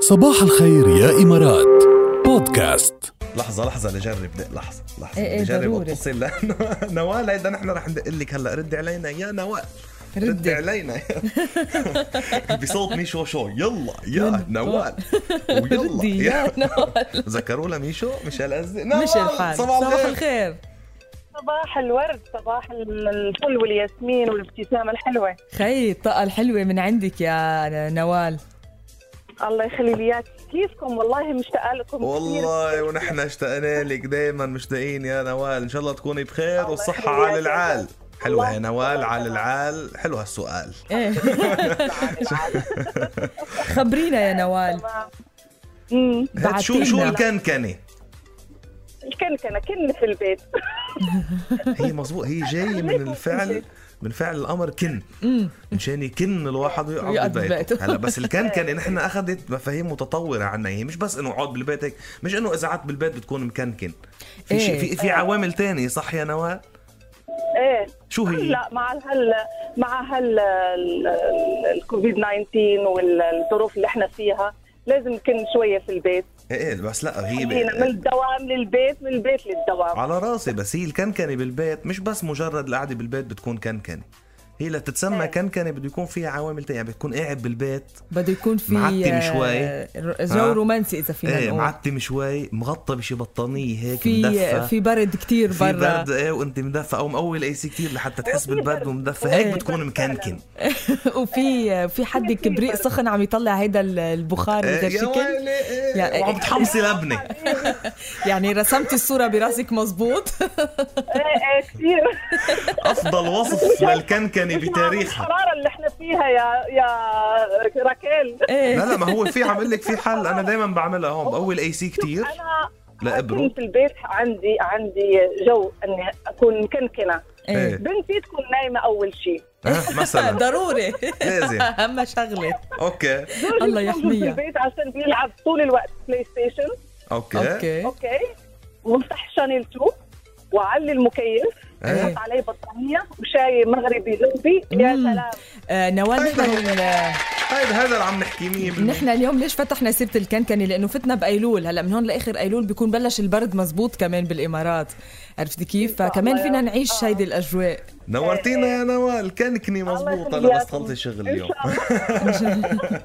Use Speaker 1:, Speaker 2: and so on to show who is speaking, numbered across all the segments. Speaker 1: صباح الخير يا إمارات بودكاست
Speaker 2: لحظة لحظة لجرب دق لحظة لحظة
Speaker 3: إيه إيه
Speaker 2: لجرب
Speaker 3: ضروري.
Speaker 2: واتصل لأنه نوال هيدا نحن رح ندق لك هلا رد علينا يا نوال رد
Speaker 3: ردي
Speaker 2: علينا بصوت ميشو شو يلا يا
Speaker 3: رد.
Speaker 2: نوال ويلا
Speaker 3: ردي
Speaker 2: يا-
Speaker 3: يا نوال
Speaker 2: ذكروا لها ميشو ميشيل قصدي
Speaker 3: مش
Speaker 2: نوال،
Speaker 3: الحال
Speaker 2: نعم، صباح الخير
Speaker 3: الخير
Speaker 4: صباح الورد صباح الفل والياسمين والابتسامة الحلوة
Speaker 3: خي الطاقة الحلوة من عندك يا نوال
Speaker 4: الله يخلي لي إياك. كيفكم والله مشتاقة لكم
Speaker 2: والله ونحن اشتقنا لك دايما مشتاقين يا نوال ان شاء الله تكوني بخير
Speaker 4: الله
Speaker 2: والصحة
Speaker 4: يخليك
Speaker 2: على
Speaker 4: يا
Speaker 2: العال
Speaker 4: جمال.
Speaker 2: حلوة
Speaker 4: الله
Speaker 2: يا نوال
Speaker 4: يخليك.
Speaker 2: على العال حلو هالسؤال
Speaker 3: ايه خبرينا يا نوال
Speaker 4: امم
Speaker 2: هات شو شو
Speaker 3: بعتيلنا.
Speaker 2: الكنكنة
Speaker 4: الكنكنة كن في البيت
Speaker 2: هي مظبوط طيب، هي جايه من الفعل من فعل الامر كن مشان يكن الواحد ويقعد
Speaker 3: ويقعد
Speaker 2: ببيته
Speaker 3: ببيته.
Speaker 2: هلا بس الكنكنه نحن اخذت مفاهيم متطوره عنا هي مش بس انه اقعد بالبيت هيك مش انه اذا قعدت بالبيت بتكون مكنكن في
Speaker 3: إيه.
Speaker 2: شيء في, في عوامل تانية صح يا نوال
Speaker 4: ايه
Speaker 2: شو هي
Speaker 4: هلا مع هال مع هال ال- ال- الكوفيد 19 والظروف اللي احنا فيها لازم نكن شوية في البيت
Speaker 2: ايه بس لا هي
Speaker 4: خلينا من
Speaker 2: ب...
Speaker 4: الدوام للبيت من البيت للدوام
Speaker 2: على راسي بس هي الكنكنه بالبيت مش بس مجرد القعده بالبيت بتكون كنكنه هي لتتسمى
Speaker 4: إيه.
Speaker 2: كنكنه بده يكون فيها عوامل تانية يعني بتكون قاعد بالبيت
Speaker 3: بده يكون في
Speaker 2: معتم
Speaker 3: آه،
Speaker 2: شوي.
Speaker 3: ر-
Speaker 2: ها؟
Speaker 3: جو رومانسي اذا فينا
Speaker 2: ايه
Speaker 3: نقول
Speaker 2: معتم شوي مغطى بشي بطانيه هيك مدفى
Speaker 3: في في برد كتير
Speaker 2: في
Speaker 3: برا
Speaker 2: برد ايه وانت مدفى او مقوي الاي سي كثير لحتى تحس
Speaker 4: وفي
Speaker 2: بالبرد
Speaker 4: برد.
Speaker 2: ومدفى هيك
Speaker 3: إيه.
Speaker 2: بتكون مكنكن
Speaker 3: وفي في حد
Speaker 4: في
Speaker 3: كبريت
Speaker 4: برد.
Speaker 3: سخن عم يطلع هيدا ال- البخار
Speaker 2: إيه،
Speaker 3: هيدا
Speaker 2: يا
Speaker 3: الشكل
Speaker 2: ويلي، إيه،
Speaker 3: يا-
Speaker 2: وعم تحمصي لبنه
Speaker 3: يعني رسمت الصورة براسك مزبوط
Speaker 4: ايه ايه كثير
Speaker 2: افضل وصف للكنكنه
Speaker 4: مش مع
Speaker 2: بتاريخها
Speaker 4: الحرارة اللي احنا فيها يا يا راكيل
Speaker 2: لا
Speaker 3: ايه
Speaker 2: لا ما هو في عم لك في حل انا دائما بعملها هون بقوي الاي سي كثير
Speaker 4: انا
Speaker 2: لابره
Speaker 4: كنت في البيت عندي عندي جو اني اكون مكنكنه
Speaker 2: إيه.
Speaker 4: بنتي تكون نايمه اول شيء
Speaker 2: آه، مثلا
Speaker 3: إيه. ضروري
Speaker 2: لازم
Speaker 3: اهم شغلة
Speaker 2: اوكي
Speaker 4: زوجي
Speaker 3: الله
Speaker 4: موجود
Speaker 3: يحميها.
Speaker 4: في البيت عشان بيلعب طول الوقت بلاي ستيشن
Speaker 2: اوكي
Speaker 3: اوكي
Speaker 4: اوكي ومفتح شانل 2 واعلي المكيف
Speaker 2: إيه.
Speaker 4: حط عليه بطانيه وشاي مغربي جنبي يا
Speaker 3: مم.
Speaker 4: سلام
Speaker 3: آه نوال
Speaker 2: هيدا
Speaker 3: نحن ال-
Speaker 2: هيدا هذا اللي عم نحكي 100%
Speaker 3: نحن اليوم ليش فتحنا سيره الكنكنه لانه فتنا بايلول هلا من هون لاخر ايلول بيكون بلش البرد مزبوط كمان بالامارات عرفتي كيف فكمان فينا نعيش هيدي الاجواء
Speaker 2: نورتينا يا نوال كنكني
Speaker 4: الله
Speaker 2: مزبوطه
Speaker 4: يخليك.
Speaker 2: لبس خلطي شغل
Speaker 4: ان
Speaker 2: اليوم
Speaker 4: شاء الله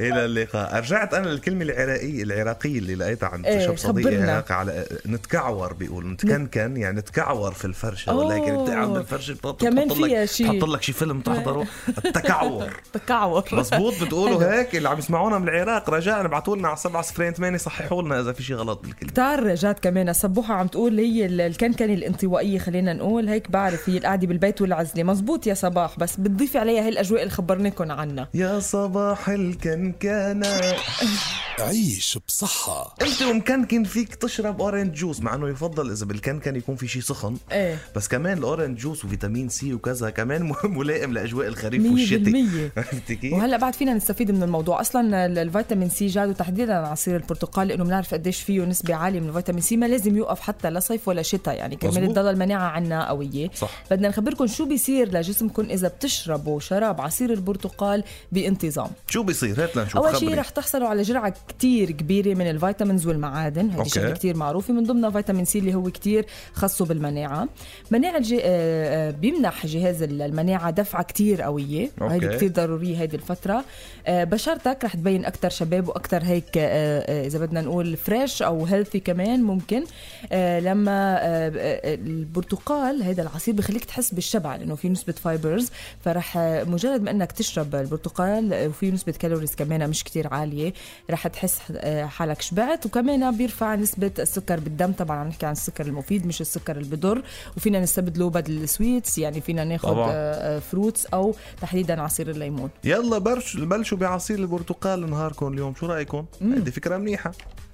Speaker 2: الى اللقاء رجعت انا للكلمه العراقيه العراقيه اللي لقيتها عند
Speaker 3: إيه،
Speaker 2: شاب صديقي
Speaker 3: خبرنا.
Speaker 2: عراقي على نتكعور بيقول نتكنكن يعني نتكعور في الفرشه
Speaker 3: أوه.
Speaker 2: ولكن بتقعد بالفرشه بتحط
Speaker 3: كمان
Speaker 2: بتحط لك-
Speaker 3: فيها شي.
Speaker 2: بتحط لك شي فيلم تحضره التكعور
Speaker 3: تكعور
Speaker 2: مزبوط
Speaker 3: حلو.
Speaker 2: بتقولوا هيك اللي عم يسمعونا من العراق رجاء ابعتوا لنا على 7 صفرين 8 صححوا لنا اذا في شي غلط بالكلمه
Speaker 3: كتار جات كمان سبوحة عم تقول هي ال- الكنكنة الانطوائية خلينا نقول هيك بعرف هي القعدة بالبيت والعزلة مزبوط يا صباح بس بتضيفي عليها هاي الأجواء اللي خبرناكم عنها
Speaker 2: يا صباح الكنكنة
Speaker 1: عيش بصحة
Speaker 2: انت ومكنكن فيك تشرب اورنج جوس مع انه يفضل اذا بالكنكن يكون في شي سخن
Speaker 3: ايه
Speaker 2: بس كمان الاورنج جوس وفيتامين سي وكذا كمان م- ملائم لاجواء الخريف والشتاء
Speaker 3: 100%
Speaker 2: عرفتي كيف؟
Speaker 3: وهلا بعد فينا نستفيد من الموضوع اصلا ال- الفيتامين سي جاده تحديدا عصير البرتقال لانه بنعرف قديش فيه نسبه عاليه من الفيتامين سي ما لازم يوقف حتى لا صيف ولا شتاء يعني كمان
Speaker 2: مزبوط.
Speaker 3: تضل المناعه عنا قويه
Speaker 2: صح
Speaker 3: بدنا نخبركم شو بيصير لجسمكم اذا بتشربوا شراب عصير البرتقال بانتظام
Speaker 2: شو بيصير هات لنشوف
Speaker 3: اول شيء
Speaker 2: خبري.
Speaker 3: رح تحصلوا على جرعه كتير كبيره من الفيتامينز والمعادن هذه
Speaker 2: أوكي.
Speaker 3: شغله كتير معروفه من ضمنها فيتامين سي اللي هو كتير خاصه بالمناعه مناعه الج... آه، آه، بيمنح جهاز المناعه دفعه كتير قويه
Speaker 2: أوكي.
Speaker 3: وهيدي كتير ضروريه هيدي الفتره آه، بشرتك رح تبين اكثر شباب واكثر هيك آه، آه، اذا بدنا نقول فريش او هيلثي كمان ممكن آه، لما آه، آه، البرتقال هيدا العصير بخليك تحس بالشبع لانه في نسبه فايبرز فرح آه، مجرد ما انك تشرب البرتقال آه، وفي نسبه كالوريز كمان مش كتير عاليه رح تحس آه، حالك شبعت وكمان بيرفع نسبه السكر بالدم طبعا عم نحكي عن السكر المفيد مش السكر اللي بضر وفينا نستبدله بدل السويتس يعني فينا
Speaker 2: طبعاً.
Speaker 3: ناخذ فروتس او تحديدا عصير الليمون
Speaker 2: يلا برش بلشوا بعصير البرتقال نهاركم اليوم شو رايكم؟ هيدي فكره منيحه